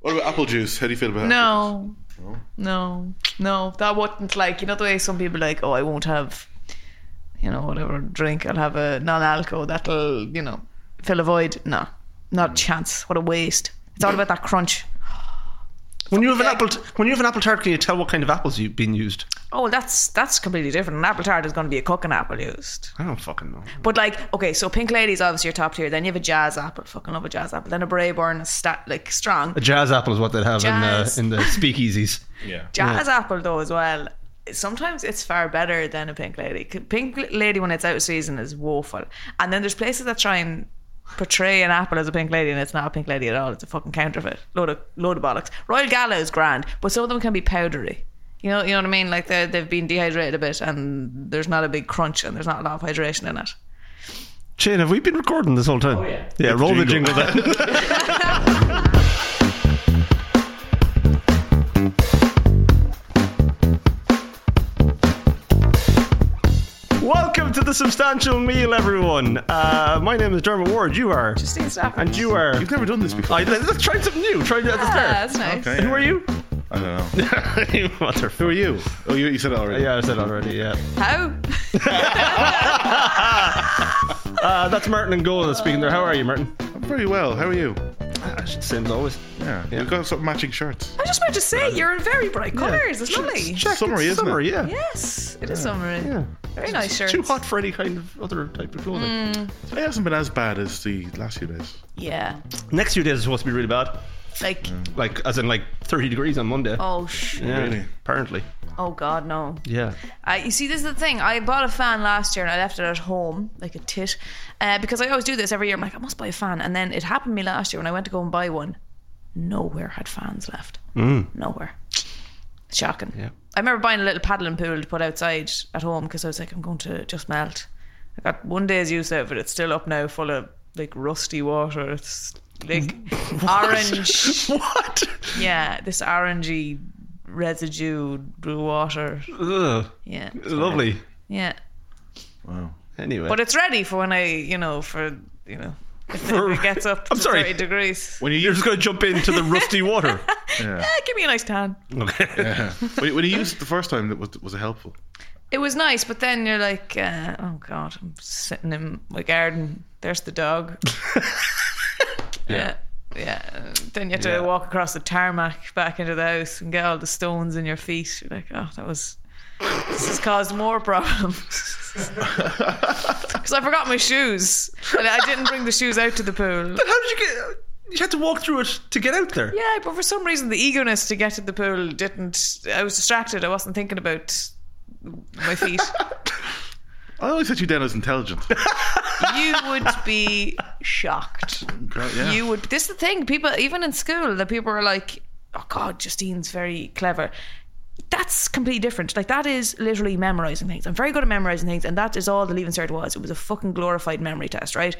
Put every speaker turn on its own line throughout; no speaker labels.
What about apple juice? How do you feel about apple
No,
juice? No.
no, no. That wouldn't like you know the way some people like, oh, I won't have, you know, whatever drink. I'll have a non-alco. That'll you know fill a void. No, not a chance. What a waste. It's all about that crunch.
When you have an apple, t- when you have an apple tart, can you tell what kind of apples you've been used?
Oh, well, that's that's completely different. An apple tart is going to be a cooking apple used.
I don't fucking know.
But like, okay, so Pink Lady's obviously your top tier. Then you have a jazz apple. Fucking love a jazz apple. Then a Brayburn, a stat like strong.
A jazz apple is what they'd have
Jazz.
in the in the speakeasies.
Yeah.
Jazz apple though as well. Sometimes it's far better than a pink lady. C- Pink lady when it's out of season is woeful. And then there's places that try and portray an apple as a pink lady, and it's not a pink lady at all. It's a fucking counterfeit. Load of load of bollocks. Royal Gala is grand, but some of them can be powdery. You know, you know what I mean. Like they they've been dehydrated a bit, and there's not a big crunch, and there's not a lot of hydration in it.
Shane, have we been recording this whole time? Oh yeah. Yeah, roll the jingle.
jingle.
then. Welcome to the substantial meal, everyone. Uh, my name is Dermot Ward. You are,
Christine Stafford.
and you are.
You've never done this before.
I, let's try something new. Try that at the
Yeah,
start.
Ah, that's nice.
Okay.
Who are you?
I don't know.
You motherfucker.
Who are you? Oh, you, you said it already.
Yeah, I said already. Yeah.
How?
Uh, that's Martin and Gola speaking there. How are you, Martin?
I'm very well. How are you?
Ah, Same as always.
Yeah. We've got some matching shirts.
I was just about to say you're in very bright colours. It's lovely.
Summary, isn't
it's
it?
Summary, yeah.
Yes, it is summery.
Yeah.
Very nice Mm. shirt.
Too hot for any kind of other type of clothing.
It hasn't been as bad as the last few days.
Yeah.
Next few days is supposed to be really bad.
Like,
Like, as in, like 30 degrees on Monday.
oh, sh-
yeah,
Really?
Apparently.
oh, God, no.
Yeah.
Uh, you see, this is the thing. I bought a fan last year and I left it at home, like a tit, uh, because I always do this every year. I'm like, I must buy a fan. And then it happened to me last year when I went to go and buy one. Nowhere had fans left. Nowhere. Shocking.
Yeah.
I remember buying a little paddling pool to put outside at home because I was like, I'm going to just melt. I got one day's use out of it. It's still up now, full of like rusty water. It's like orange.
What?
Yeah, this orangey residue blue water.
Ugh,
Yeah.
lovely.
Yeah.
Wow.
Anyway.
But it's ready for when I, you know, for, you know, if it gets up to
I'm sorry.
30 degrees.
When you
You're
use
just going to jump into the rusty water.
yeah.
Eh, give me a nice tan.
Okay.
when, when you used it the first time, that was was it helpful?
It was nice, but then you're like, uh, oh God, I'm sitting in my garden. There's the dog. yeah. Yeah. Then you have to
Yeah.
walk across the tarmac back into the house and get all the stones in your feet. You're like, oh, that was. This has caused more problems. Because I forgot my shoes. And I didn't bring the shoes out to the pool.
But how did you get. You had to walk through it to get out there.
Yeah, but for some reason, the eagerness to get to the pool didn't. I was distracted. I wasn't thinking about my feet.
I always had you down as intelligent.
you would be shocked.
Great, yeah.
You would. This is the thing. People, even in school, that people are like, "Oh God, Justine's very clever." That's completely different. Like that is literally memorizing things. I'm very good at memorizing things, and that is all the leaving cert was. It was a fucking glorified memory test, right?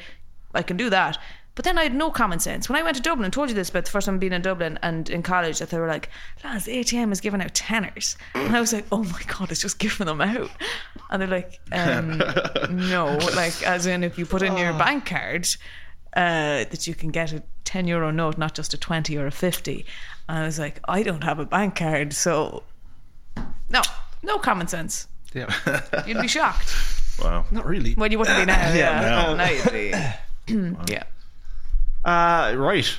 I can do that. But then I had no common sense. When I went to Dublin, I told you this about the first time being in Dublin and in college, that they were like, lads, the ATM is giving out tenors. And I was like, oh my God, it's just giving them out. And they're like, um, no, like, as in if you put in
Oh.
your bank card, uh, that you can get a 10 euro note, not just a 20 or a 50. And I was like, I don't have a bank card. So, no, no common sense.
Yeah.
You'd be shocked.
Wow.
Not really.
Well, you wouldn't be now. yeah,
no.
now you'd be. yeah.
Uh, right.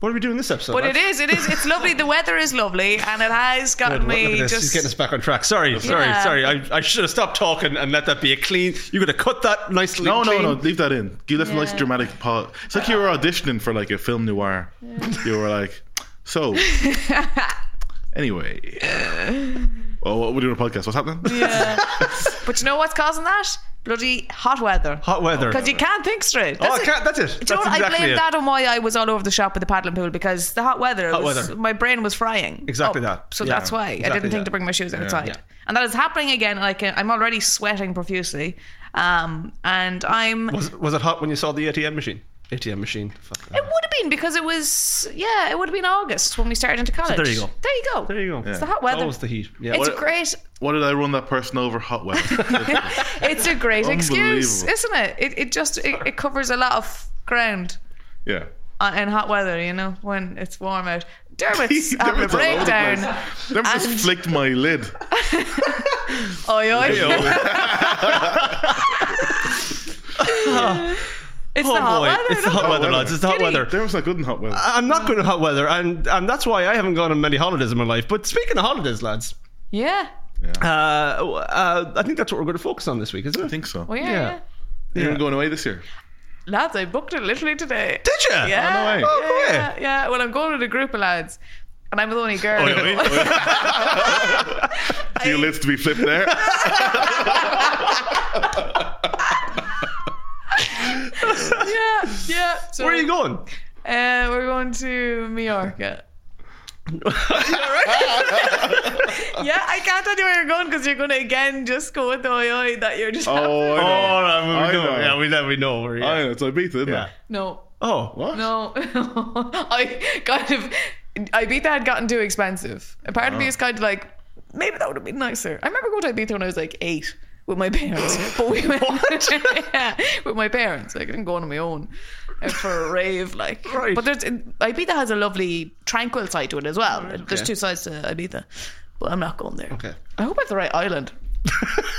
What are we doing this episode?
But it
That's-
is, it is, it's lovely. The weather is lovely, and it has
Good,
gotten
look
me
at this.
just.
He's getting us back on track. Sorry, sorry,
Yeah.
sorry. I, I should have stopped talking and let that be a clean. You could have cut that nicely.
No, no,
clean.
no. Leave that in. You left a nice
Yeah.
dramatic pause. It's like you were auditioning for like a film noir. You were like, so. anyway. Oh, what, we're doing a podcast. What's happening?
Yeah. but you know what's causing that? Bloody hot weather.
Hot weather.
Because you can't think straight.
oh,
That's it.
I can't, that's it.
Do you know
That's
what? I
exactly
blame
it.
that on why I was all over the shop with the paddling pool because the hot weather,
Hot
was,
weather.
my brain was frying.
Exactly
up.
that.
So
Yeah.
that's why I
Exactly
didn't think
that.
to bring my shoes outside.
Yeah.
And that is happening again. Like uh, I'm already sweating profusely. Um, and I'm.
Was, was it hot when you saw the ATM machine? ATM machine. Fuck that.
It would have been because it was, yeah, it would have been August when we started into college.
there you go.
There you go.
There you go.
It's
Yeah.
the hot
It's
weather.
always the heat. Yeah.
It's
What-
great.
Why did I run that person over hot weather?
It's a great excuse,
Unbelievable.
isn't it? It, it just it, it covers a lot of ground.
yeah.
uh, in hot weather, you know, when it's warm out. Dermot's having
Dermot's all over
a
the
breakdown.
place. Dermot
And-
just flicked my lid.
Oi, oi. It's
Oh
the hot
boy,
weather.
it's the
no?
hot weather,
weather.
lads. It's the hot
Giddy.
weather.
Dermot's not good in hot weather.
I'm not going to hot weather, and, and that's why I haven't gone on many holidays in my life. But speaking of holidays, lads,
Yeah.
uh,
yeah,
uh, I think that's what we're going to focus on this week, isn't
I
it?
think so.
Well, Oh, yeah,
Yeah.
yeah.
You're going away this year.
Lads, I booked it literally today.
Did you?
Yeah.
way. Oh,
go
yeah,
away.
yeah. Well, I'm going with a group of lads, and I'm the only girl.
Few lids to be flipped there.
yeah, yeah. So,
Where are you going?
Uh, we're going to Mallorca.
Oh,
Yeah, I can't tell you where you're going because you're going to again just go with the oi oi that you're just.
Oh, I
Oh,
know.
right, we
I
know.
know.
Yeah, we know. We know. Where,
I
yeah.
know, it's Ibiza, isn't
yeah.
it?
No,
Oh,
What?
no. I kind of. Ibiza had gotten too expensive. A part of me
Oh.
is kind of like, maybe that would have been nicer. I remember going to Ibiza when I was like eight with my parents. but we went. yeah, with my parents. Like, I didn't go on my own uh, for a rave. Like,
Right.
But there's, Ibiza has a lovely, tranquil side to it as well. There's two sides to Ibiza. But I'm not going there.
Okay.
I hope I have the right island.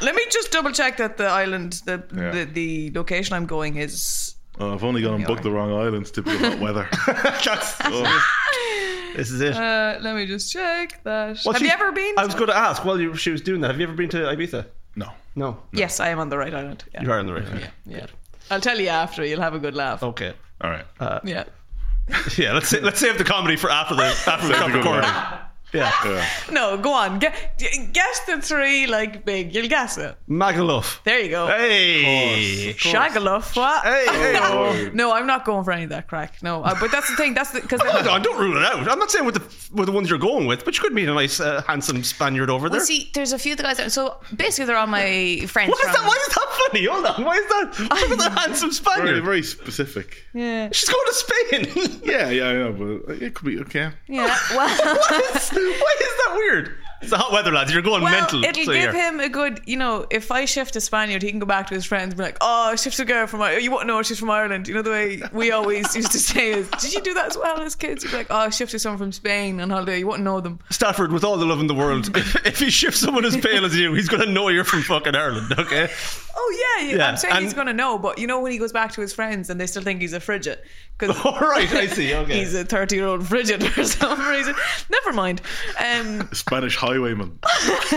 Let me just double check that the island, the
Yeah.
the, the location I'm going is.
Oh, I've only gone and booked the wrong islands. Typical hot weather.
That's-
Oh,
this is it.
Uh, let me just check that.
Well,
Have
she-
you ever been?
I was going to ask while you, she was doing that. Have you ever been to Ibiza?
no.
No,
yes, I am on the right island. Yeah.
you are Oh. on the right. Yeah.
yeah. I'll tell you after. You'll have a good laugh.
Okay.
All right.
Yeah.
Yeah. Let's sa- let's save the comedy for after the after the
That's a good
recording.
one.
Yeah.
Yeah.
No, go on. Gu- g- guess the three like big. You'll guess it.
Magaluf.
There you go.
Hey.
Shagaloff. What?
Hey. hey.
Oh,
No, I'm not going for any of that crack. No, uh, but that's the thing. That's because
Hold on, don't rule it out. I'm not saying with the with the ones you're going with, but you could meet a nice, uh, handsome Spaniard over there.
Well, see, there's a few of the guys. That, so basically, they're all my friends.
Why is
from-
that? Why is that funny? Hold on. Why is that? Look at the handsome
very,
Spaniard.
very specific.
Yeah.
She's going to Spain.
Yeah, yeah, I know, but it could be okay.
Yeah. Well.
Why is that weird? It's the hot weather, lads. You're going
Well,
mental.
it'll
so
give
you're-
him a good, you know, if I shift to Spaniard, he can go back to his friends and be like, oh, I shifted a girl from, Ir- you won't know she's from Ireland. You know, the way we always used to say is, did you do that as well as kids? You'd be like, oh, I shifted someone from Spain on holiday, you won't know them.
Stafford, with all the love in the world, if, if he shifts someone as pale as you, he's going to know you're from fucking Ireland, okay?
Oh, yeah, yeah.
Yeah,
I'm saying he's
and-
going to know, but you know, when he goes back to his friends and they still think he's a frigid. Because
All right, I Oh, see, okay.
He's a 30 year old frigid for some reason. Never mind. Um,
Spanish highwayman. That's,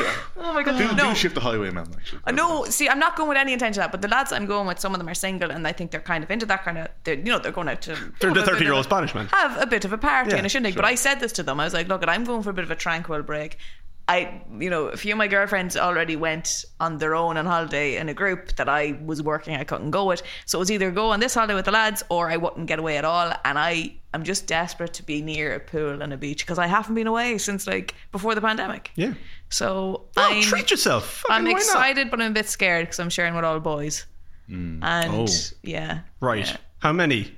yeah.
oh my God.
Do,
no.
do shift the highwayman, actually.
No, see, I'm not going with any intention of that. But the lads I'm going with, some of them are single, and I think they're kind of into that kind of. They're, you know, they're going out to. have
They're
a
the
bit of
30 year
a-
old Spanish man.
Have a bit of a party
Yeah,
and a shindig. But I said this to them. I was like, look, I'm going for a bit of a tranquil break. I, you know, a few of my girlfriends already went on their own on holiday in a group that I was working. I couldn't go with, so it was either go on this holiday with the lads or I wouldn't get away at all. And I, I'm just desperate to be near a pool and a beach because I haven't been away since like before the pandemic.
Yeah.
So
Oh,
I'm,
treat yourself. Fucking
I'm
why not?
excited, but I'm a bit scared because I'm sharing with all boys.
Hmm.
And
Oh.
yeah,
Right.
yeah,
How many?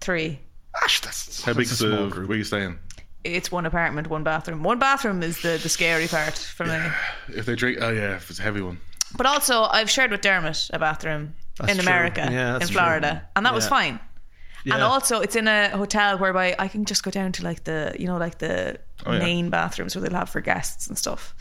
three.
Gosh, that's,
How big
that's
is
a
the
small
where
group.
are you staying?
It's one apartment, one bathroom. One bathroom is the the scary part for me.
If they drink, oh yeah, if it's a heavy one.
But also, I've shared with Dermot a bathroom in
true.
America,
Yeah,
in
that's true.
Florida, and that was
Yeah.
fine. And
Yeah.
also, it's in a hotel whereby I can just go down to like the you know like the
Oh, yeah.
main bathrooms where they'll have for guests and stuff.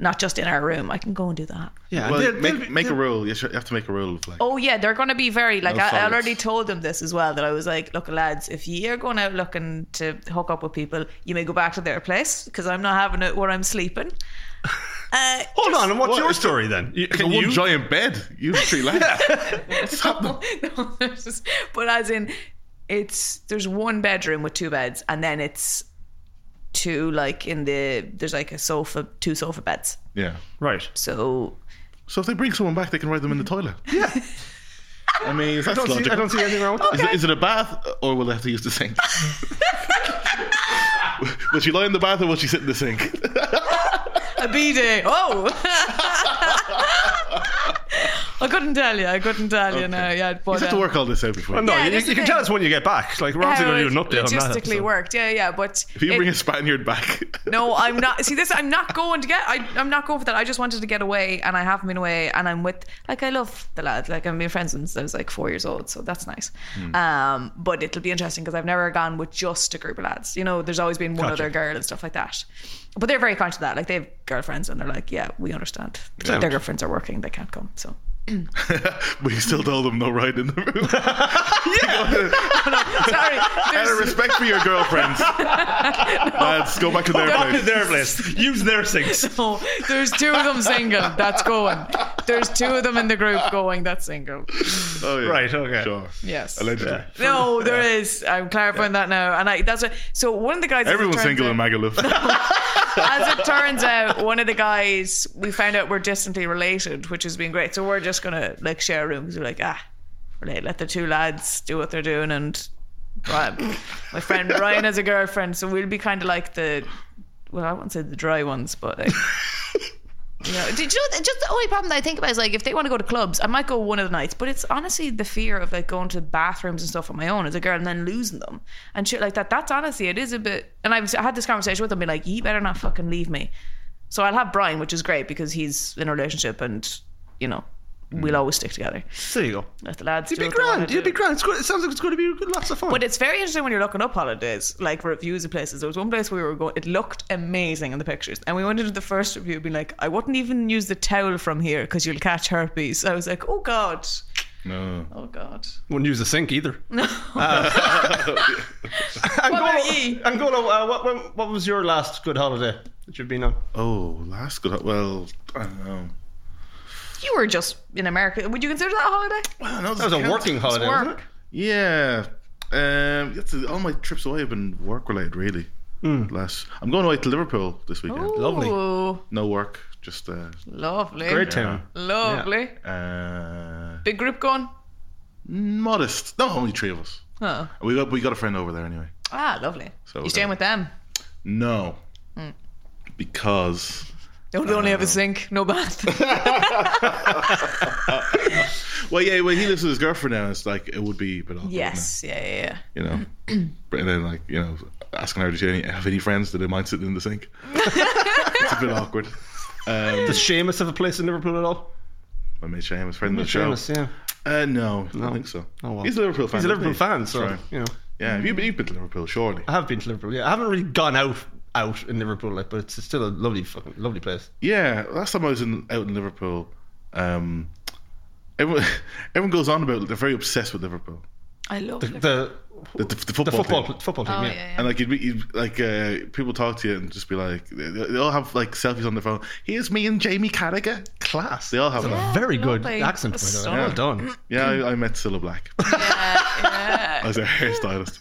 Not just in our room. I can go and do that.
Yeah,
Well,
they'll-
make,
they'll-
make a rule. You sh- you have to make a rule of like.
Oh yeah, they're going to be very like
No
I, I
solids.
already told them this as well that I was like, look, lads, if you're going out looking to hook up with people, you may go back to their place because I'm not having it where I'm sleeping. Uh,
Hold on, and what's
What?
your story then? You,
It's a
can
one
you-
giant bed. You three lads. What's happening?
no, there's just- but as in, it's there's one bedroom with two beds, and then it's two like in the there's like a sofa, two sofa beds.
Yeah.
Right.
So
So if they bring someone back, they can ride them in the toilet. Yeah. I mean, that's
I don't, see,
logical.
I don't see anything wrong with that.
Is, it, is it a bath, or will they have to use the sink? will she lie in the bath, or will she sit in the sink?
a B day. Oh. I could couldn't tell you. I couldn't tell you now. Yeah, but
You have to
um,
work all this out before.
Well, no,
Yeah,
you,
that's
you
the
can tell
thing.
us when you get back. Like we're obviously
how
going
it
to do an update on that.
logistically
so.
worked. Yeah, yeah. But
if you
it-
bring a spat in your back,
no, I'm not. See, this I'm not going to get. I, I'm not going for that. I just wanted to get away, and I haven't been away. And I'm with like I love the lad. Like I've been friends since I was like four years old, so that's nice. Um, but it'll be interesting because I've never gone with just a group of lads. You know, there's always been one
Gotcha.
other girl and stuff like that. But they're very conscious of that. Like they have girlfriends, and they're like, yeah, we understand.
Yeah.
Their girlfriends are working; they can't come. So
but you still told them no ride in the room.
sorry.
Out of
There's,
respect for your girlfriends, lads, go back to their
Back to
place.
their place. Use their sinks.
no, there's two of them single. That's going. There's two of them in the group going. That's single.
Oh, yeah.
Right, okay.
Sure.
Yes.
Allegedly.
Yeah.
No, there is. I'm clarifying that now, and I that's what, so one of the guys. as it
Everyone's
turns
single
out-
in Magaluf.
As it turns out, one of the guys we found out we're distantly related, which has been great. So we're just gonna like share a room because we're like ah, relate. Let the two lads do what they're doing, and Brian, my friend Brian has a girlfriend, so we'll be kind of like the well, I won't say the dry ones, but. Like, you know, did you know, just the only problem that I think about is like if they want to go to clubs, I might go one of the nights, but it's honestly the fear of like going to bathrooms and stuff on my own as a girl and then losing them and shit like that. That's honestly, it is a bit. And I've had this conversation with them, being like, you better not fucking leave me. So I'll have Brian, which is great because he's in a relationship and, you know, we'll always stick together.
There you go.
Let the lads
Mm. You'd
do
be
what they wanna
grand. You'd be
do.
grand. It's good. It sounds like it's going to be lots of fun.
But it's very interesting when you're looking up holidays, like reviews of places. There was one place we were going, it looked amazing in the pictures. And we went into the first review being like, I wouldn't even use the towel from here because you'll catch herpes. I was like, oh God.
no.
Oh God.
Wouldn't use the sink either. No.
about
Angola,
ye?
Angola uh, what, when, what was your last good holiday that you've been on?
Oh, last good. Well, I don't know.
You were just in America. Would you consider that a holiday?
Well, no,
That was a working holiday, wasn't
Work.
it?
Yeah. Um, that's all my trips away have been work related, really. Last, I'm going away to Liverpool this weekend.
Oh.
Lovely.
Ooh,
No work, just uh,
lovely.
Great town.
Lovely.
uh,
Big group going?
modest. No, only three of us.
Oh.
We got we got a friend over there anyway.
Ah, lovely.
So
you staying
we're
with them?
No, because
They
Uh,
only have a sink, no bath.
well, yeah, well, he lives with his girlfriend now. And it's like it would be, but
yes, yeah, yeah, yeah.
you know. and then like you know, asking her, "Do you have any- have any friends that they mind sitting in the sink?" it's a bit awkward. Um,
Does Seamus have a place in Liverpool at all?
I made Seamus friend of the show.
Seamus, yeah.
Uh, no, I don't think so.
Oh, well.
He's a Liverpool fan.
He's a
isn't
Liverpool
he?
fan, so
That's right.
you know.
Yeah, have you been, you've been to Liverpool, surely.
I have been to Liverpool. Yeah, I haven't really gone out out in Liverpool, like, but it's still a lovely fucking lovely place.
Yeah, last time I was in, out in Liverpool, um, everyone, everyone goes on about it. They're very obsessed with Liverpool.
I love
The
it.
the,
The, the, the
the
football,
football
team.
pl- football team,
Oh,
yeah.
yeah, yeah.
And like you'd be you'd, like uh, people talk to you and just be like they, they all have like selfies on their phone. Here's me and Jamie Carragher.
Class.
They all have that.
Yeah,
Very good
lovely.
accent, by the way. Well
Stunning.
done.
Yeah, I, I met Cilla Black as a hairstylist.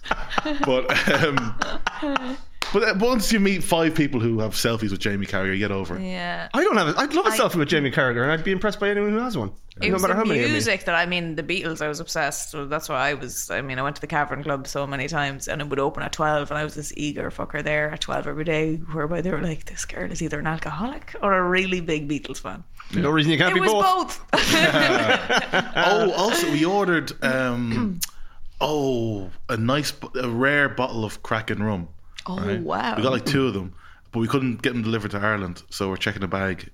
but um, but uh, once you meet five people who have selfies with Jamie Carragher, you get over it.
Yeah.
I don't have. A, I'd love a
I-
selfie with Jamie Carragher, and I'd be impressed by anyone who has one,
It
no
was
matter
the
how many. I meet.
music that I mean, the Beatles. I was obsessed. So that's why I was. I mean, I went to the Cavern Club so many times, and it would open at twelve, and I was this eager fucker there at twelve every day. Whereby they were like, "This girl is either an alcoholic or a really big Beatles fan."
No reason you can't
It
be
was
both.
both. Uh,
Oh, also we ordered um, oh a nice bo- a rare bottle of Kraken rum.
oh
right?
wow!
We got like two of them, but we couldn't get them delivered to Ireland, so we're checking a bag,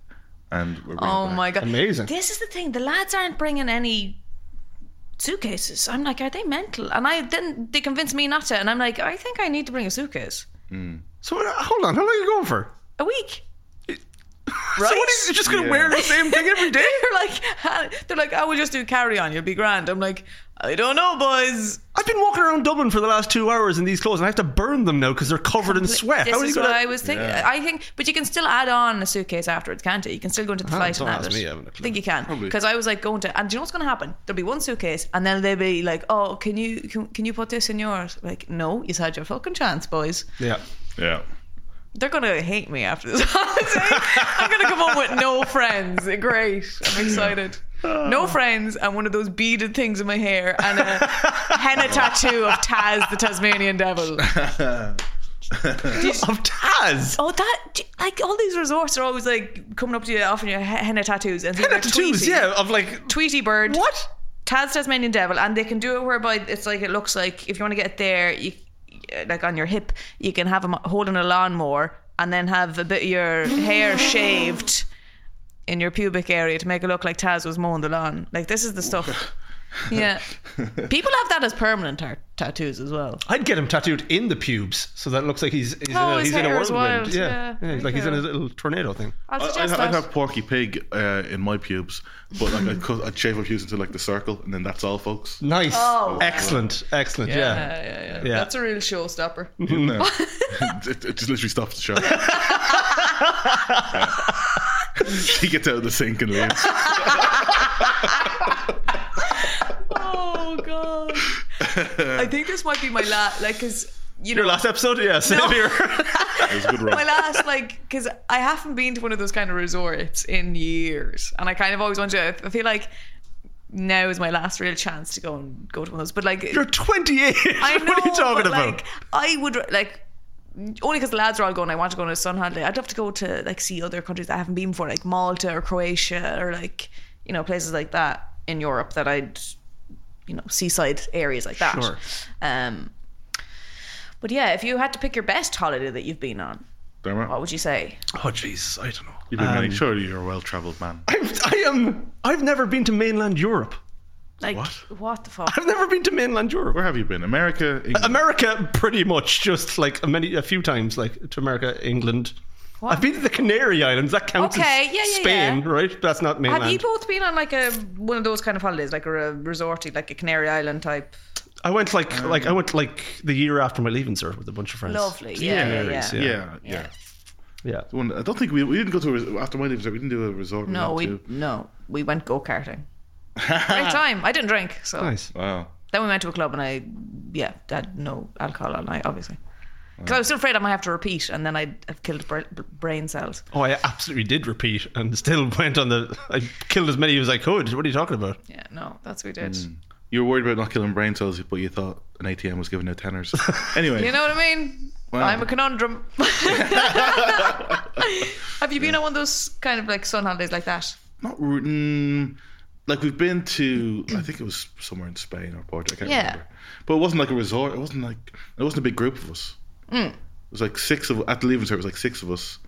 and we're bringing
oh
it back.
my god!
Amazing.
This is the thing. The lads aren't bringing any suitcases. I'm like, are they mental? And I then they convinced me not to, and I'm like, I think I need to bring a suitcase.
So uh, hold on, how long are you going for?
A week.
So what is? You're just gonna
Yeah.
wear the same thing every day?
they're like, they're like, I will just do carry on. You'll be grand. I'm like, I don't know, boys.
I've been walking around Dublin for the last two hours in these clothes, and I have to burn them now because they're covered in sweat.
This
How are you
is
gonna?
what I was thinking.
Yeah.
I think, but you can still add on a suitcase afterwards, can't you? You can still go into the flight
Uh-huh. don't
and
ask
add
me, I
it.
haven't a
I
clue.
think you can
Probably.
because I was like going to, and do you know what's going to happen? There'll be one suitcase, and then they'll be like, "Oh, can you can, can you put this in yours?" Like, no, you had your fucking chance, boys.
Yeah.
Yeah.
They're gonna hate me after this holiday. I'm gonna come home with no friends. Great, I'm excited.
Ah.
No friends and one of those beaded things in my hair and a henna tattoo of Taz the Tasmanian Devil.
of Taz.
Oh, that do- like all these resorts are always like coming up to you offering you he- henna tattoos and
Henna tattoos, yeah, of like
Tweety bird,
what?
Taz Tasmanian devil, and they can do it whereby it's like it looks like if you want to get it there, you like on your hip, you can have them holding a lawnmower and then have a bit of your hair shaved in your pubic area to make it look like Taz was mowing the lawn. Like this is the stuff. Yeah, people have that as permanent tar- tattoos as well.
I'd get him tattooed in the pubes, so that looks like he's he's
Oh,
in a,
his
he's in a
hair is
whirlwind.
wild,
Yeah,
yeah.
yeah, like he's in a
Okay.
little tornado thing.
I'll
I- I'd,
suggest
I'd
that.
have Porky Pig uh, in my pubes, but like I'd, cut, I'd shave my pubes into like the circle, and then that's all, folks.
Nice,
Oh, wow.
excellent, excellent. Yeah.
yeah, yeah, yeah,
Yeah.
That's a real showstopper.
You know. it, it just literally stops the show. he gets out of the sink and leaves.
oh god. I think this might be my last, like, because you know,
Your last episode, yeah, same
No.
here.
It was a good run.
my last, like, because I haven't been to one of those kind of resorts in years, and I kind of always want to. I feel like now is my last real chance to go and go to one of those. But like,
You're 28.
I know.
what are you talking
but,
about?
Like, I would like. Only because the lads are all going, I want to go on a sun holiday. I'd love to go to like see other countries that I haven't been before, like Malta or Croatia or like you know places like that in Europe that I'd you know seaside areas like that.
Sure.
Um, but yeah, if you had to pick your best holiday that you've been on, what
Dermot,
would you say?
oh, jeez, I don't know.
you've been
Um,
many. Surely you're a well-travelled man.
I've, I am. I've never been to mainland Europe.
Like
What?
what the fuck?
I've never been to mainland Europe.
Where have you been? Uh, America, England.
America, pretty much, just like many, a few times, like to America, England.
What?
I've been to the Canary Islands. That counts.
Okay,
as
yeah, yeah,
Spain,
yeah.
right? That's not mainland.
Have you both been on like a one of those kind of holidays, like a resorty, like a Canary Island type?
I went like like I went like the year after my leaving cert with a bunch of friends.
Lovely,
Yeah,
yeah, yeah. yeah.
Canaries,
yeah,
yeah.
yeah.
Yeah.
The one- I don't think we, we didn't go to a res- after my leaves. We didn't do a resort.
No,
went
we
to.
no, we went go karting. Great time. I didn't drink, so
Nice.
Wow.
then we went to a club and I, yeah, had no alcohol all night, obviously, because I was still afraid I might have to repeat and then I'd have killed bra- b- brain cells.
Oh, I absolutely did repeat and still went on the. I killed as many as I could. What are you talking about?
Yeah, no, that's what we did.
You were worried about not killing brain cells, but you thought an ATM was giving out tenners. Anyway,
You know what I mean?
Wow.
I'm a conundrum. have you been on one of those kind of like sun holidays like that?
not re- mm, like we've been to. I think it was somewhere in Spain or Portugal. I can't
Yeah.
remember. But it wasn't like a resort. It wasn't like it wasn't a big group of us.
Mm.
It was like six of at the leaving cert. It was like six of us,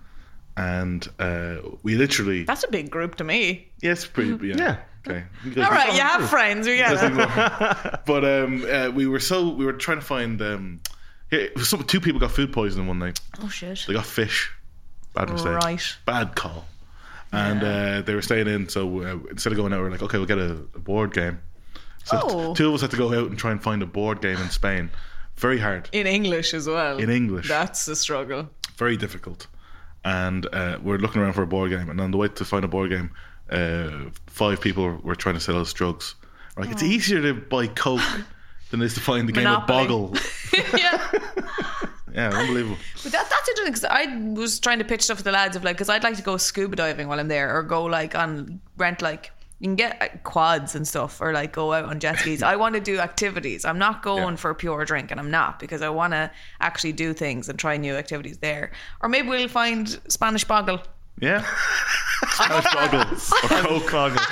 and uh, we literally.
That's a big group to me.
Yes, pretty. Yeah.
Yeah.
Okay.
All right, you have friends. We get it.
but um, uh, we were so we were trying to find um, here, some, two people got food poisoning one night.
Oh shit!
They got fish. Bad mistake.
Right.
Bad call. And uh, they were staying in, so uh, instead of going out, we are like, okay, we'll get a, a board game. So t-
Oh.
two of us had to go out and try and find a board game in Spain. Very hard
In English as well.
in English.
That's the struggle.
Very difficult. And uh, we're looking around for a board game, and on the way to find a board game, uh, five people were trying to sell us drugs. We're Like it's easier to buy coke than it is to find the game of
Oh. Monopoly.
Boggle.
yeah.
Yeah, unbelievable.
But that, that's interesting because I was trying to pitch stuff to the lads of like, because I'd like to go scuba diving while I'm there or go like on rent like. You can get like, quads and stuff, or like go out on jet skis. I want to do activities. I'm not going
Yeah.
for pure drink, and I'm not because I want to actually do things and try new activities there. Or maybe we'll find Spanish boggle.
Yeah. Spanish Boggle or coke.
Boggle.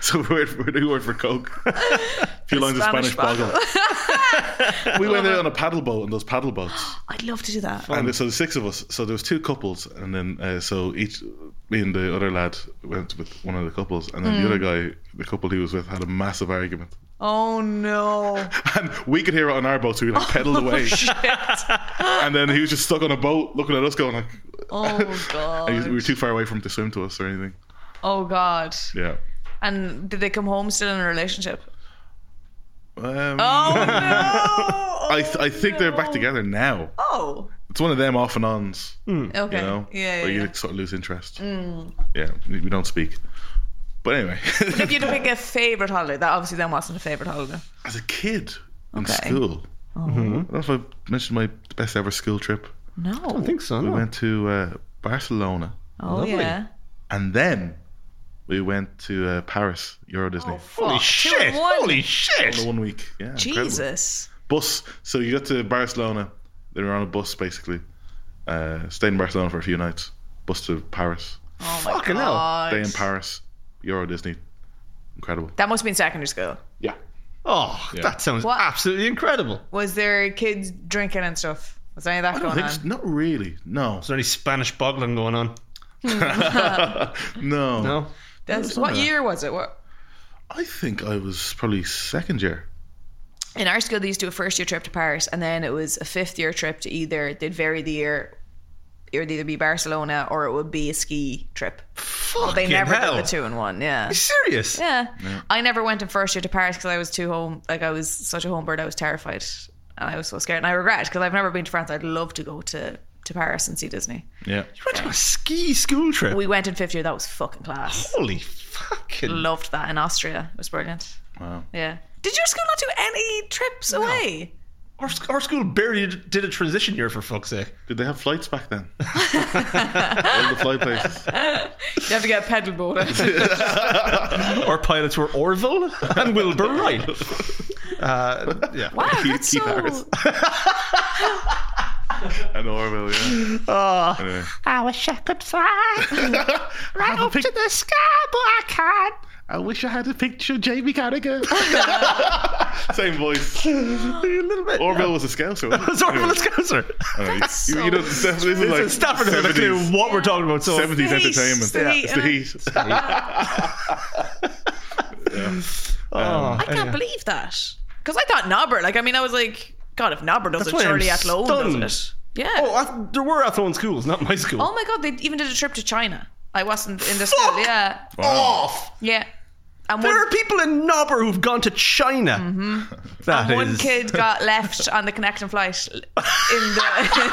So we're, we're new word for coke. A few lines
Spanish
of Spanish boggle. we went out on a paddle boat on those paddle boats,
I'd love to do that.
and so the six of us. So there was two couples, and then uh, so each me and the other lad went with one of the couples, and
Mm.
then the other guy, the couple he was with, had a massive argument,
Oh no!
and we could hear it on our boat, so we like pedaled
Oh,
away, and then he was just stuck on a boat looking at us, going like,
Oh
and he was- we were
god!
too far away from him to swim to us or anything.
Oh god!
Yeah.
And did they come home still in a relationship?
Um,
Oh no!
I, th- I think they're back together now.
Oh.
It's one of them off and ons.
Okay.
you know,
yeah.
where
yeah,
you
yeah. Mm.
sort of lose interest. Yeah, we we don't speak. But anyway,
If you had to pick a favorite holiday, that obviously then wasn't a favorite holiday.
as a kid in
Okay. Oh.
school, I don't know if I mentioned my best ever school trip.
No.
I think so.
We
no.
went to uh, Barcelona,
oh
lovely.
yeah.
and then we went to uh, Paris, Euro Disney.
Holy
Fuck, Oh, two
shit!
in one.
Holy
All
shit!
in one week, yeah. incredible.
Jesus.
Bus. So you got to Barcelona. They were on a bus basically. Uh, stayed in Barcelona for a few nights. Bus to Paris.
Oh my
Fucking hell.
God.
Stay in Paris. Euro Disney. Incredible.
That must have been secondary school.
Yeah.
Oh,
Yeah.
that sounds
What?
absolutely incredible.
Was there kids drinking and stuff? Was any of that
I don't
going
think
on?
so. not really. No.
Is there any Spanish boggling going on?
no.
No.
That's,
No,
what
it's not
year was it? What?
I think I was probably second year.
In our school, they used to do a first year trip to Paris, and then it was a fifth year trip to either. They'd vary the year. It would either be Barcelona or it would be a ski trip.
Fucking
They never
hell.
did the two in one. Yeah.
Are you serious?
Yeah. I never went in first year to Paris because I was too home. Like I was such a home bird. I was terrified, and I was so scared. And I regret because I've never been to France. I'd love to go to to Paris and see Disney.
Yeah.
You went on a ski school trip.
We went in fifth year. That was fucking class.
Holy fucking.
Loved that in Austria. It was brilliant.
Wow.
Yeah. Did your school not do any trips away?
Our, sc- our school barely d- did a transition year for fuck's sake.
Did they have flights back then? All the flight places.
You have to get a pedal boat.
our pilots were Orville and Wilbur Wright. Uh, yeah.
wow,
Keith-
that's
Keith
so.
Harris. And Orville, yeah.
Ah.
Anyway.
I wish I could fly right up to the sky, but I can't.
I wish I had a picture of Jamie Carragher. Same voice.
a little bit.
Orville was a scouser. wasn't he?
It's Orville
Anyway,
Scouser.
anyway,
That's
you,
so
you know, this this is like
Stafford has a clue
70s,
what we're talking about. So
70s
It's the heat,
entertainment.
it's the heat,
It's the
isn't
heat.
Oh,
Um,
I can't
anyway.
believe that. Because I thought Nobber. Like, I mean, I was like, God, if Nobber does
That's
it,
why I'm
surely Athlone does
stunned.
it. Yeah.
Oh, I, there were Athlone schools, not my school.
Oh my god, they even did a trip to China. I wasn't in the
Fuck
school. Yeah.
Off.
Yeah. And
There
one,
are people in Nobber who've gone to China. That
Mm-hmm.
is
one kid got left on the connecting flight in the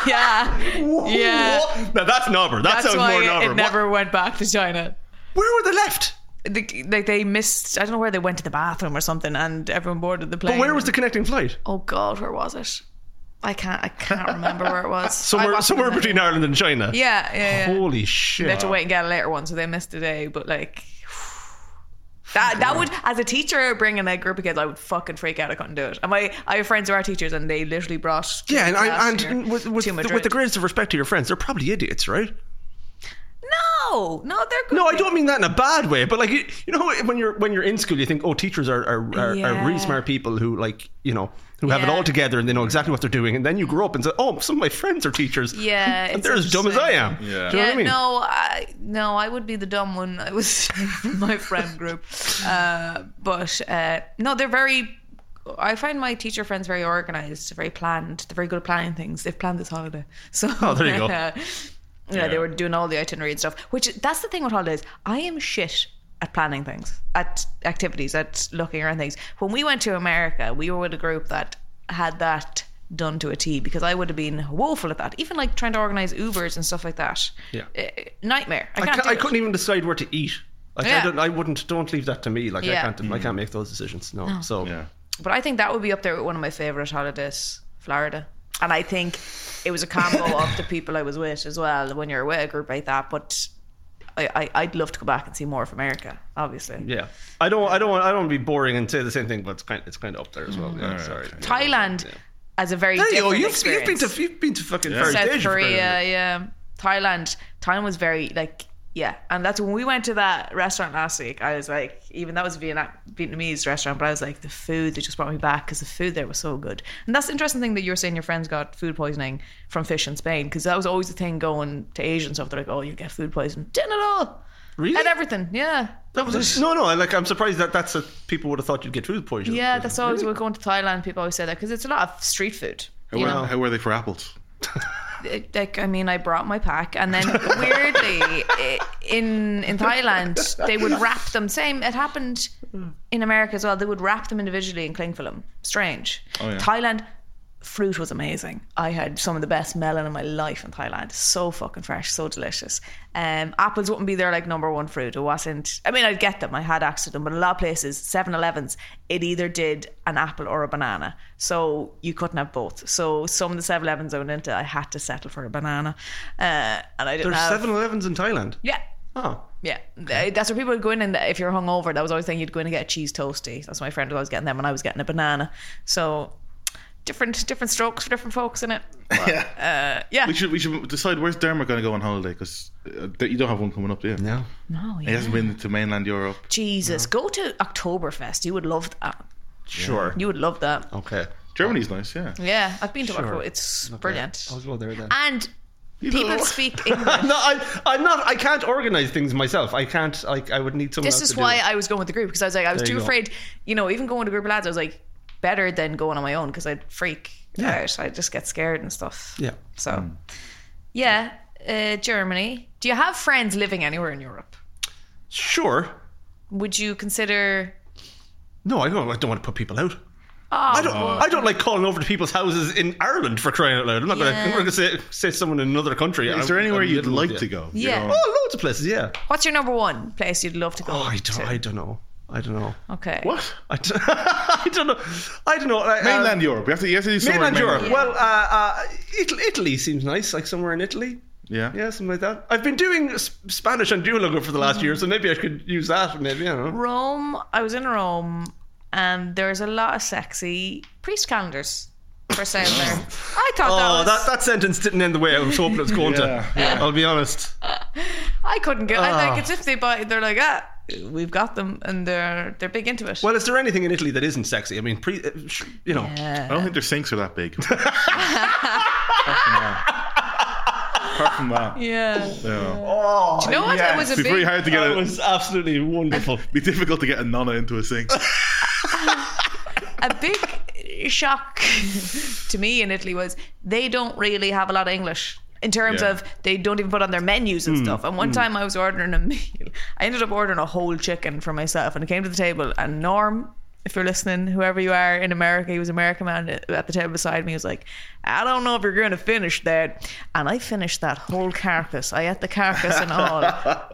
Yeah. Yeah.
What? Now that's Nobber. That
That's
sounds
why
more
it,
Nobber.
it
What-
never went back to China.
Where were they left?
The, like they missed I don't know where they went to the bathroom or something and everyone boarded the plane.
But where was the connecting flight?
Oh god, where was it? I can't I can't remember where it was. I
Somewhere,
wasn't
somewhere
in it.
between Ireland and China.
Yeah, yeah, yeah.
Holy
They had
shit.
to wait and get a later one, so they missed a day. But like, that that would, as a teacher, bringing a group of kids, I would fucking freak out. I couldn't do it. And my I have friends who are teachers, and they literally brought kids
Yeah, and, I,
last
and
year
with, with,
to
the,
Madrid.
with the greatest of respect to your friends, they're probably idiots, right?
no, no, they're good.
No, I don't mean that in a bad way, but like you, you know, when you're when you're in school, you think, oh, teachers are are, are, are
Yeah.
really smart people who like you know who have it
Yeah.
all together and they know exactly what they're doing, and then you grow up and say, oh, some of my friends are teachers.
Yeah,
and
it's
they're as dumb as I
interesting.
am.
Yeah.
Do you know what I mean?
no, I no, I would be the dumb one. I was in my friend group, uh, but uh, no, they're very. I find my teacher friends very organized, very planned. They're very good at planning things. They've planned this holiday, so
Oh, there you go.
yeah, they
Yeah.
were doing all the itinerary and stuff. Which that's the thing with holidays. I am shit at planning things, at activities, at looking around things. When we went to America, we were with a group that had that done to a T because I would have been woeful at that. Even like trying to organize Ubers and stuff like that.
Yeah.
Uh, nightmare. I,
I,
can't.
ca-
do
I
it.
couldn't even decide where to eat. Like I
Yeah.
don't, I wouldn't. Don't leave that to me. Like I
Yeah.
can't. I can't make those decisions. No. So
Yeah.
e-
But I think that would be up there with one of my favorite holidays, Florida. And I think it was a combo of the people I was with as well. When you're with a group like that, but I, I I'd love to go back and see more of America. Obviously,
yeah. I don't. I don't. Want, I don't want to be boring and say the same thing. But it's kind. It's kind of up there as well. Yeah.
Alright,
Sorry.
okay.
Thailand as a very
There you go.
different
You've, you've
experience.
been to. You've been to fucking
Yeah.
First
South
Asia for
Korea,
crying out loud.
yeah, Thailand. Thailand was very like, yeah, and that's when we went to that restaurant last week. I was like, even that was a Vietnam, Vietnamese restaurant, but I was like, the food they just brought me back because the food there was so good. And that's the interesting thing that you were saying your friends got food poisoning from fish in Spain because that was always the thing going to Asia and stuff. They're like, oh, you get food poisoning, didn't at all,
Really?
and everything, yeah,
That was no, no. I Like I'm surprised that that's a, people would have thought you'd get food poisoning.
yeah. That's always we're going to Thailand. People always say that because it's a lot of street food.
How, were, how were they for apples?
it- like I mean, I brought my pack, and then weirdly, i- in in Thailand, they would wrap them. Same, it happened in America as well. They would wrap them individually in cling film. Strange.
Oh, yeah.
Thailand fruit was amazing. I had some of the best melon in my life in Thailand. So fucking fresh, so delicious. Um, apples wouldn't be their like number one fruit. It wasn't. I mean, I'd get them. I had access to them, but a lot of places, 7-Elevens, it either did an apple or a banana. So you couldn't have both. So some of the 7-Elevens I went into, I had to settle for a banana, uh, and I didn't
There's
have.
7-Elevens in Thailand.
yeah.
Oh,
Yeah, Th- that's where people would go in, and if you're hungover, that was always the thing you'd go in and get a cheese toasty. That's what my friend was always getting them, and I was getting a banana. So, d- different different strokes for different folks in it.
yeah.
Uh, yeah.
We should we should decide where's Dermot going to go on holiday because uh, th- you don't have one coming up, do you?
No.
no,
He
yeah.
hasn't been to mainland Europe.
Jesus, go to Oktoberfest. You would love that.
Sure.
You would love that.
Okay.
Germany's nice, yeah.
Yeah, I've been to
Sure.
Oktoberfest. It's brilliant.
I'll go there then.
And people speak English.
no, I, I'm not. I can't organize things myself. I can't. Like, I would need someone.
this
else
is
to
why
Do.
I was going with the group because I was like, I was
There you
too
go.
afraid, you know, even going to a group of lads, I was like, better than going on my own because I'd freak out. I'd just get scared and stuff.
Yeah.
So,
Hmm.
yeah, uh, Germany. Do you have friends living anywhere in Europe?
Sure.
Would you consider.
No, I don't. I don't want to put people out.
Oh,
I don't. I don't like calling over to people's houses in Ireland for crying out loud. I'm not
Yeah.
gonna. I'm gonna say say someone in another country.
Is there anywhere you'd like to go? You
Yeah.
know?
Oh, loads of places. Yeah.
What's your number one place you'd love to go?
Oh, I don't.
to?
I don't know. I don't know.
Okay.
What?
I don't, I don't know. I don't know. I, uh,
Mainland Europe. You have to, you have to do somewhere
Mainland
in
Europe.
Yeah.
Well, uh, uh, Italy, Italy seems nice, like somewhere in Italy.
Yeah.
Yeah, something like that. I've been doing S- Spanish on Duolingo for the last year, so maybe I could use that. Maybe I don't know.
Rome. I was in Rome, and there's a lot of sexy priest calendars for sale there. I thought that
Oh,
was.
that, that sentence didn't end the way I was hoping it was going
Yeah,
to. I'll be honest.
I couldn't get. I
Ah.
like it's if they buy. They're like ah. We've got them, and they're they're big into it.
Well, is there anything in Italy that isn't sexy? I mean, pre, uh, sh- you know.
I
Yeah.
don't think their sinks are that big. Apart from that. Apart from that.
yeah.
Yeah.
Oh,
You know what?
yes.
It was a
It'd
big.
be very hard to get
That
a,
was absolutely wonderful.
be difficult to get a nonna into a sink.
a big shock to me in Italy was they don't really have a lot of English in terms
Yeah.
of they don't even put on their menus and stuff. And one time I was ordering a meal, I ended up ordering a whole chicken for myself, and it came to the table, and Norm. If you're listening, whoever you are in America, he was an American man at the table beside me. He was like, I don't know if you're going to finish that. And I finished that whole carcass. I ate the carcass and all.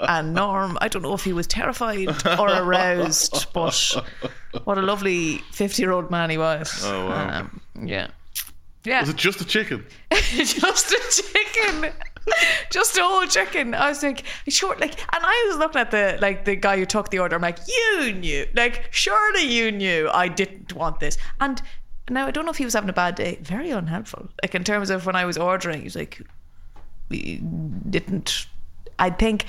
and Norm, I don't know if he was terrified or aroused, but what a lovely 50 year old man he was.
Oh, wow.
Um, yeah. Yeah.
Was it just a chicken?
just a chicken. Just a whole chicken. I was like, sure, like, and I was looking at the like the guy who took the order. I'm like, you knew, like, surely you knew I didn't want this. And now I don't know if he was having a bad day. Very unhelpful. Like in terms of when I was ordering, he was like, we didn't. I think,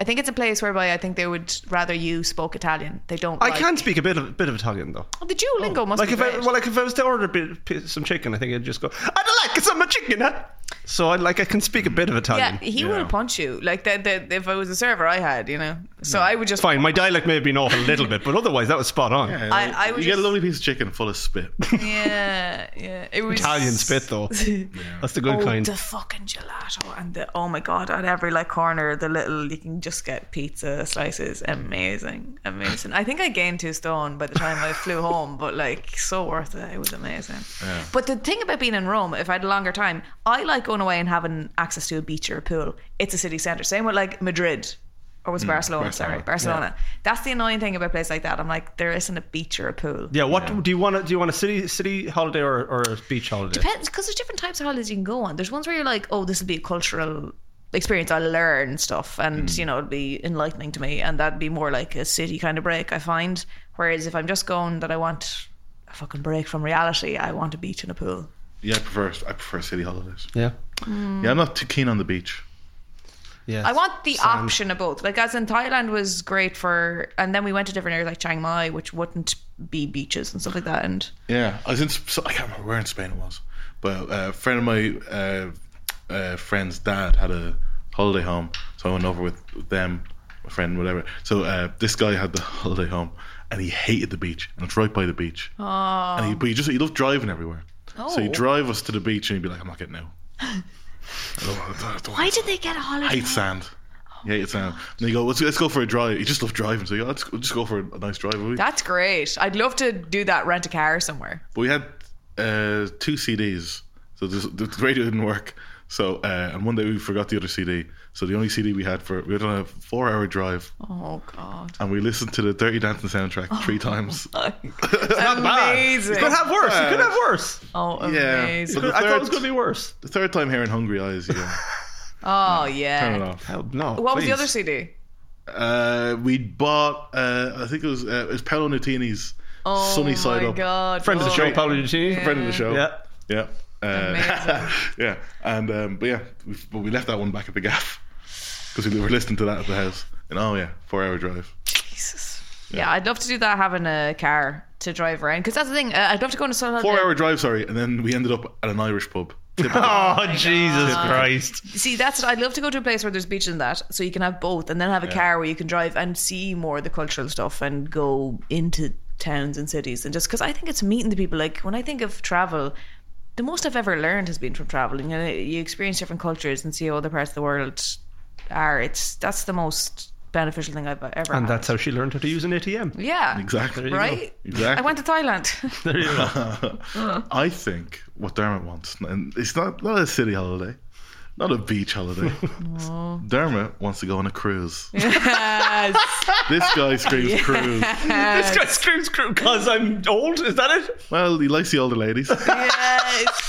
I think it's a place whereby I think they would rather you spoke Italian. They don't.
I
like-
can speak a bit of bit of Italian though.
The Duolingo must
Oh, like
be
if I,
great.
well, like if I was to order a bit, p- some chicken, I think I'd just go. I'd like some chicken, huh? So I like I can speak a bit of Italian.
Yeah, he
Yeah.
will punch you. Like that, that. If I was a server, I had, you know. So I would just.
Fine, my dialect may have been off a little bit, but otherwise that was spot on.
Yeah,
I-
like,
I
you
was
get a
just-
lovely piece of chicken full of spit.
Yeah, yeah. It was
Italian spit though. That's the good
Oh,
kind.
the fucking gelato and the oh my god! At every like corner, the little you can just get pizza slices. Amazing, amazing. I think I gained two stone by the time I flew home, but like so worth it. It was amazing. But the thing about being in Rome, if I had a longer time, I like going away and having access to a beach or a pool. It's a city centre. Same with like Madrid. Or
Mm,
was Barcelona,
Barcelona.
sorry, Barcelona. That's the annoying thing about places like that. I'm like, there isn't a beach or a pool.
yeah, what do you want? to Do you want a city city holiday or, or a beach holiday?
depends because there's different types of holidays you can go on. There's ones where you're like, oh, this will be a cultural experience. I'll learn stuff, and
Hmm.
you know, it'll be enlightening to me, and that'd be more like a city kind of break. I find. Whereas if I'm just going that I want a fucking break from reality, I want a beach and a pool.
Yeah, I prefer I prefer city holidays.
Yeah,
Yeah, I'm not too keen on the beach.
yeah.
I want the option of both. Like as in Thailand was great for, and then we went to different areas like Chiang Mai, which wouldn't be beaches and stuff like that. And
Yeah, I was in. Sp- I can't remember where in Spain it was, but uh, a friend of my uh, uh, friend's dad had a holiday home, so I went over with with them, my friend, whatever. So uh, this guy had the holiday home, and he hated the beach, and it's right by the beach. Oh. And he, but he just he loved driving everywhere. So he'd
Oh.
drive us to the beach, and he'd be like, "I'm not getting out." I don't, want- I don't, I
why did they get a holiday?
hate sand.
Oh
He hated sand. And they go, let's, let's go for a drive. He just loved driving, so he go, let's, we'll just go for a nice drive. will we?
That's great. I'd love to do that. Rent a car somewhere.
But we had uh, two CDs, so this, the radio didn't work. So uh, and one day we forgot the other CD. So the only CD we had for we were on a four-hour drive,
Oh God.
and we listened to the Dirty Dancing soundtrack three times.
Oh,
Bad.
Amazing.
You could have worse. You could have worse.
Oh,
Yeah.
amazing.
But the
I thought it
third-
was going to be worse.
The third time here in Hungry Eyes, you know,
Oh,
turn it
yeah.
off.
Hell, no.
What was the
please.
other CD?
Uh, we bought, uh, I think it was uh, it was Paolo Nutini's
Oh,
Sunny Side
my
Up.
God.
Friend of the
Oh.
show, Paolo Nutini.
Friend of the show.
Yeah.
Yeah. Uh,
Amazing.
yeah. And um, but yeah, we, but we left that one back at the gaff because we were listening to that at the house. And oh yeah, four hour drive.
Jesus. Yeah. I'd love to do that having a car to drive around because that's the thing. Uh, I'd love to go on a solo
Four
holiday.
hour drive, sorry. And then we ended up at an Irish pub. Typical.
Oh, Jesus Christ.
See, that's I'd love to go to a place where there's beaches and that, so you can have both, and then have a car where you can drive and see more of the cultural stuff and go into towns and cities, and just because I think it's meeting the people. Like when I think of travel, the most I've ever learned has been from traveling. You, know, you experience different cultures and see how other parts of the world are. It's that's the most beneficial thing I've ever.
And
had.
that's how she learned how to use an ATM.
yeah,
Exactly.
you go.
right.
Exactly.
I went to Thailand.
There you go.
I think what Dermot wants, and it's not not a city holiday, not a beach holiday. Dermot wants to go on a cruise.
Yes.
This guy screams cruise.
this guy screams because I'm old. Is that it?
Well, he likes the older ladies.
yes.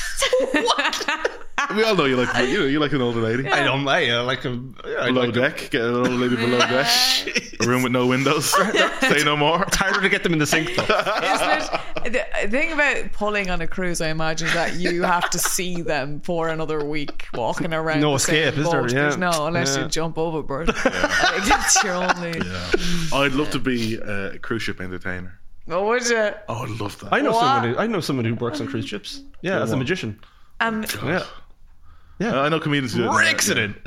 We all know you like you know you like an older lady.
I don't mind. I like a yeah, I
Below
like a-
deck, get an older lady below deck. A room with no windows. Say no more.
harder to get them in the sink though.
Isn't it? The thing about pulling on a cruise, I imagine, is that you have to see them for another week walking around.
No
the same
escape, is there?
boat.
Yeah.
There's no, unless
Yeah.
you jump overboard. Like, that's your only.
I'd love to be uh, a cruise ship entertainer.
Oh, would you?
Oh, I'd love that.
I know
What?
someone. Who, I know someone who works on cruise ships. Yeah, as a
what?
magician.
Um,
Yeah.
I know comedians do it.
Accident.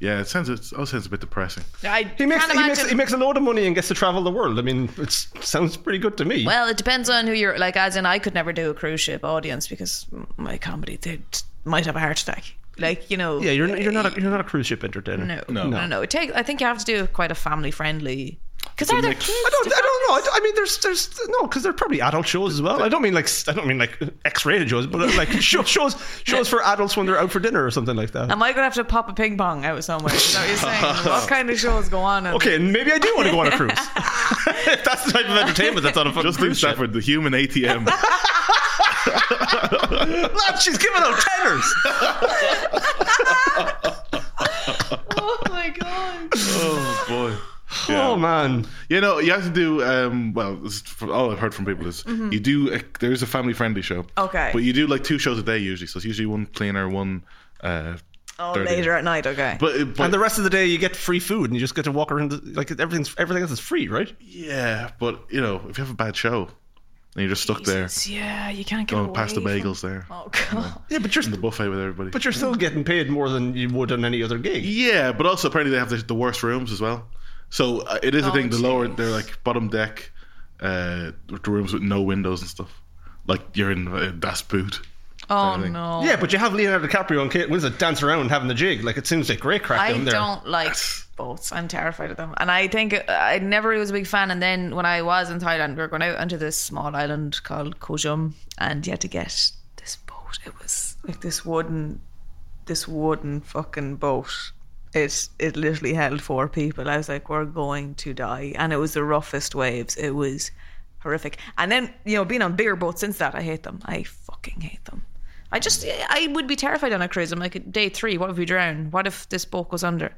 Yeah, it sounds it all sounds a bit depressing.
I
He makes,
can't
he, makes, he
imagine-
makes a load of money and gets to travel the world. I mean, it sounds pretty good to me.
Well, it depends on who you're like. As in, I could never do a cruise ship audience because my comedy they might have a heart attack. Like you know. eh,
yeah, you're, n- you're not a, you're not a cruise ship entertainer.
No,
No.
no, no, no. It takes. I think you have to do quite a family friendly. Because are there
mix.
kids?
I don't, I don't know. I, don't- I mean, there's, there's no, because there are probably adult shows as well. I don't mean like, I don't mean like X-rated shows, but uh, like show, shows, shows for adults when they're out for dinner or something like that.
Am I gonna have to pop a ping pong out somewhere? Is that what you're saying? what kind of shows go on? in-
Okay, and maybe I do want to go on a cruise. if that's the type of entertainment that's on a fucking
Justin
cruise ship.
Stafford, the human ATM.
Lad, she's giving out tenners.
Oh my god.
oh boy. Yeah.
Oh man,
You know, you have to do. Um, well, this is from, all I've heard from people is
Mm-hmm.
you do. A, there is a family-friendly show.
Okay.
But you do like two shows a day usually, so it's usually one cleaner, one. Uh,
Oh,
Dirty.
later at night. Okay.
but but
and the rest of the day you get free food and you just get to walk around. The, like everything's everything else is free, right?
yeah, but you know, if you have a bad show, and you're just stuck
Jesus, yeah, you can't get
there,
away
going past the
from-
Oh, bagels there,
Oh god.
Yeah, but you're
the buffet with everybody.
but you're still getting paid more than you would on any other gig.
yeah, but also apparently they have the, the worst rooms as well. So uh, it is a
Oh,
thing. The lower
jeez.
they're like bottom deck, uh, the rooms with no windows and stuff. Like you're in uh, Das Boot.
Oh
Really?
no.
Yeah, but you have Leonardo DiCaprio and Kate Winslet dance around having the jig. Like it seems like great crack
I
down there.
don't like boats. I'm terrified of them, and I think I never really was a big fan. And then when I was in Thailand, we were going out onto this small island called Koh Jum, and you had to get this boat. It was like this wooden, this wooden fucking boat. It it literally held four people. I was like, we're going to die, and it was the roughest waves. It was horrific. And then you know, being on bigger boats since that, I hate them. I fucking hate them. I just, I would be terrified on a cruise. I'm like, day three, what if we drown? What if this boat goes under?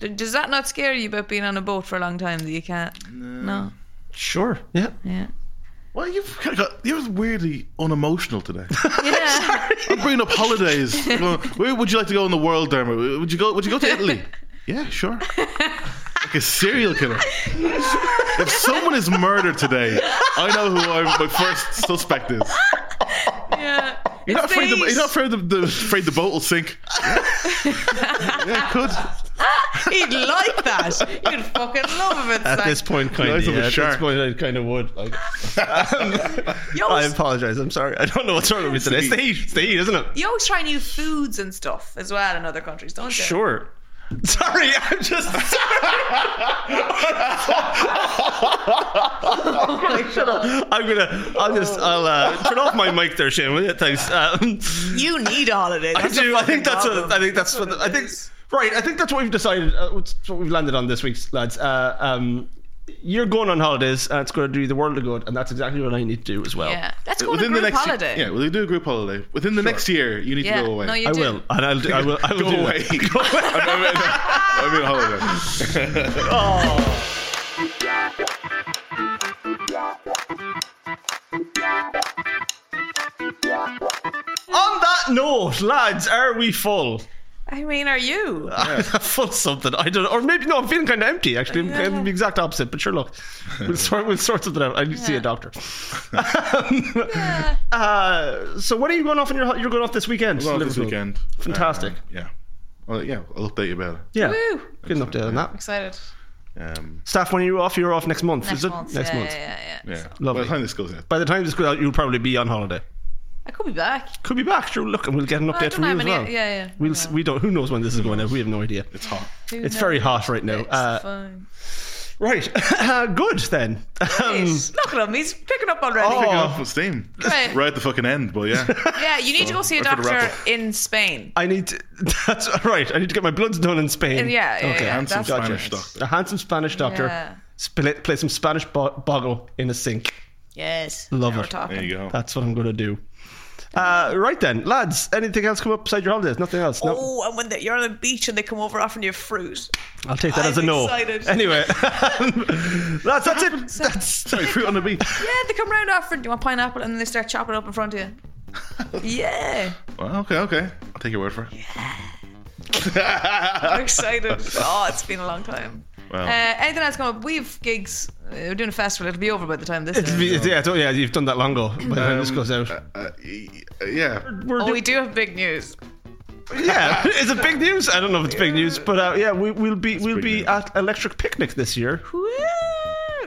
D- Does that not scare you about being on a boat for a long time that you can't? No.
Sure. Yeah.
Yeah.
Well, you've kind of got, you're weirdly unemotional today.
Yeah.
I'm bringing up holidays. Well, Where would you like to go in the world, Dermot? Would you go? Would you go to Italy? Yeah, sure. Like a serial killer. If someone is murdered today, I know who I'm, my first suspect is.
yeah.
You're not afraid. The, you're not afraid the, the afraid the boat will sink. Yeah, yeah it could.
He'd like that. He'd fucking love it.
At this point, kind of.
Nice of a
Yeah, at this
shark.
point, I kind of would. Like,
You
I
always,
apologize. I'm sorry. I don't know what's wrong with me today. It's the heat. It's the heat, isn't it?
you always try new foods and stuff as well in other countries, don't you?
Sure. Sorry, I'm just I'm gonna. I'll just. I'll uh, turn off my mic there, Shane. Will you? Thanks. Um,
You need a holiday.
I
That's a
do. I think
fucking
that's. What,
problem.
I think that's. What, I think. Right. I think that's what we've decided. Uh, what's- what we've landed on this week's lads. Uh, um, you're going on holidays, and it's going to do the world a good, and that's exactly what I need to do as well.
Yeah. Let's go on a
the
group
next
holiday.
Year, yeah, well, you do a group holiday. Within the next year, you need
Yeah.
to go away.
No, you
I
do.
will, and I'll. Do, I will. I will
go
do that.
away. I mean, I mean holiday.
that note, lads, are we full?
I mean, are you?
full something. I don't know. Or maybe, no, I'm feeling kind of empty, actually. I'm- I'm the exact opposite, but sure, look. We'll sort, we'll sort something out. I need to see a
Yeah.
doctor. Um, uh, so, what are you going off on your, you're going off this weekend?
Well, this
Liverpool.
weekend.
Fantastic.
Um, yeah. Well, yeah, I'll update you about it.
Yeah.
Woo!
Good an update on that.
Excited.
Um,
Staff, when are you off? You're off next month,
Next
is it?
month.
Next
yeah,
month.
Yeah, yeah, yeah.
yeah.
Lovely.
By the time this goes out,
By the time this goes out, you'll probably be on holiday.
I could be back.
Could be back. Sure, look, and we'll get an
I
update
don't
from
know
you
how
as
many-
well.
yeah, yeah.
We'll,
Yeah.
s We don't. Who knows when this is going out? We have no idea.
it's hot.
Who
It's very
knows?
hot right now.
It's
Uh,
fine.
Right. uh, Good then. Um,
Jeez, Look at him. He's picking up already.
Oh.
Picking up with steam.
Right.
Right at the fucking end, but yeah.
Yeah, you need to go see a
Or for the
doctor
raffle.
in Spain.
I need. To, that's right. I need to get my bloods done in Spain.
Yeah, yeah,
Okay.
yeah,
And some
that's right.
Spanish doctor.
A handsome Spanish doctor.
Yeah.
Split, play some Spanish bo- boggle in a sink.
Yes.
Love
now
it.
We're talking.
There you go.
That's what I'm gonna do. Uh, right then, lads. Anything else come up beside your holidays? Nothing else. No.
Oh, and when they- you're on the beach and they come over offering you fruit.
I'll take that
I'm
as a no.
excited.
Anyway, that's that's it. That's
Sorry, fruit on the beach.
Yeah, they come round offering, do you want pineapple? And then they start chopping it up in front of you. yeah.
Well, okay, okay. I'll take your word for it.
I'm excited. Oh, it's been a long time.
Wow.
Uh, anything else come up? We've gigs. Uh, we're doing a festival. It'll be over by the time this
It's,
is.
yeah, I don't- yeah, you've done that long ago. By the time this
Um,
goes out,
uh, uh, y- yeah.
We're
Oh,
do-
we do have big news.
yeah, is it big news? I don't know if it's big news, but uh, yeah, we, we'll be we'll
big
be
news.
at Electric Picnic this year.
Woo!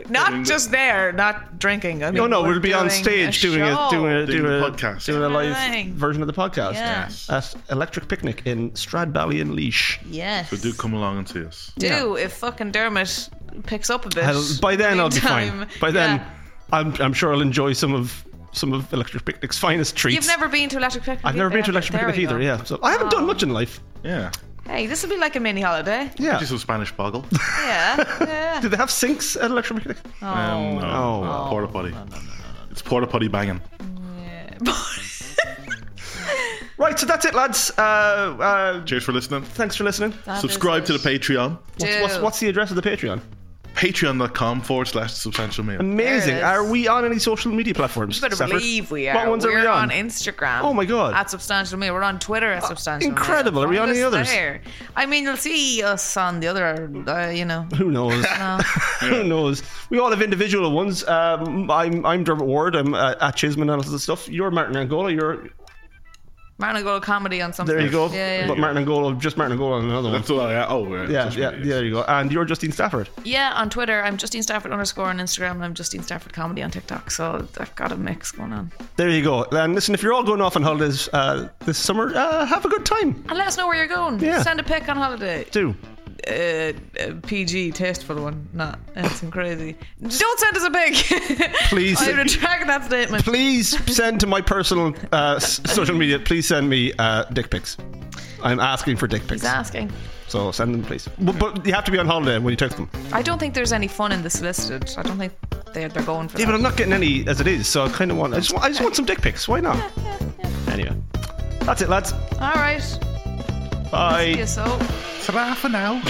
Not just there, not drinking. I mean,
No, no,
we're
we'll be on
doing
stage doing a
show.
doing a
Doing
doing
the
a,
podcast.
doing a live
Amazing.
version of the podcast
Yeah.
Uh,
at Electric Picnic in Stradbally in Leash.
Yes.
But do come along and see us.
Do
Yeah.
if fucking Dermot picks up a bit.
I'll- by then, I'll be fine.
Meantime,
By then,
yeah.
I'm I'm sure I'll enjoy some of some of Electric Picnic's finest treats.
You've never been to Electric Picnic.
I've never
either,
been to
have you?
Electric Picnic
There
either.
we Oh.
Yeah, so I haven't done much in life.
Yeah.
go. Hey, this will be like a mini holiday.
Yeah.
Do some Spanish boggle.
Yeah. yeah.
Do they have sinks at Electric Picnic?
Oh.
Um, no.
Oh.
uh, Porta potty. It's porta potty banging.
Right, so that's it, lads. Uh, uh,
Cheers for listening.
thanks for listening.
Subscribe to the Patreon.
What's, what's, what's the address of the Patreon?
Patreon.com forward slash substantial meal.
There
Amazing.
it is.
Are we on any social media platforms?
You better
Stafford?
believe we are.
What ones are
We're
we on?
Instagram.
Oh my God. Oh,
At Substantial Meal. We're on Twitter at Substantial Meal.
incredible. Are we
Find
on any
us
others?
There. I mean, you'll see us on the other, uh, you know.
Who knows? Who knows? We all have individual ones. Um, I'm I'm Dermot Ward. I'm uh, at Chisman and all sorts of stuff. You're Martin Angola. You're
Martin Gold comedy on something.
there. You go.
Yeah, yeah.
But Martin Angola, just Martin Angola, on another one.
That's all I Oh, we're
Yeah,
social
yeah,
media.
yeah. There you go. And you're Justine Stafford.
Yeah, on Twitter, I'm Justine Stafford underscore on Instagram, and I'm Justine Stafford comedy on TikTok. So I've got a mix going on.
There you go. And listen, if you're all going off on holidays uh, this summer, uh, have a good time.
And let us know where you're going.
Yeah.
Send a pic on holiday.
Do.
Uh, uh, PG, tasteful one, not anything crazy. Don't send us a pic.
Please.
I retract that statement.
please send to my personal uh, s- social media. Please send me uh, dick pics. I'm asking for dick pics,
He's asking.
so send them, please. But, but you have to be on holiday when you text them.
I don't think there's any fun in the solicited. I don't think they're, they're going for
Yeah, but
that.
I'm not getting any as it is, so I kind of want. I just want, I just want some dick pics. Why not? Anyway, that's it, lads.
All right.
Bye.
Yeah, so.
Ta-ra for now.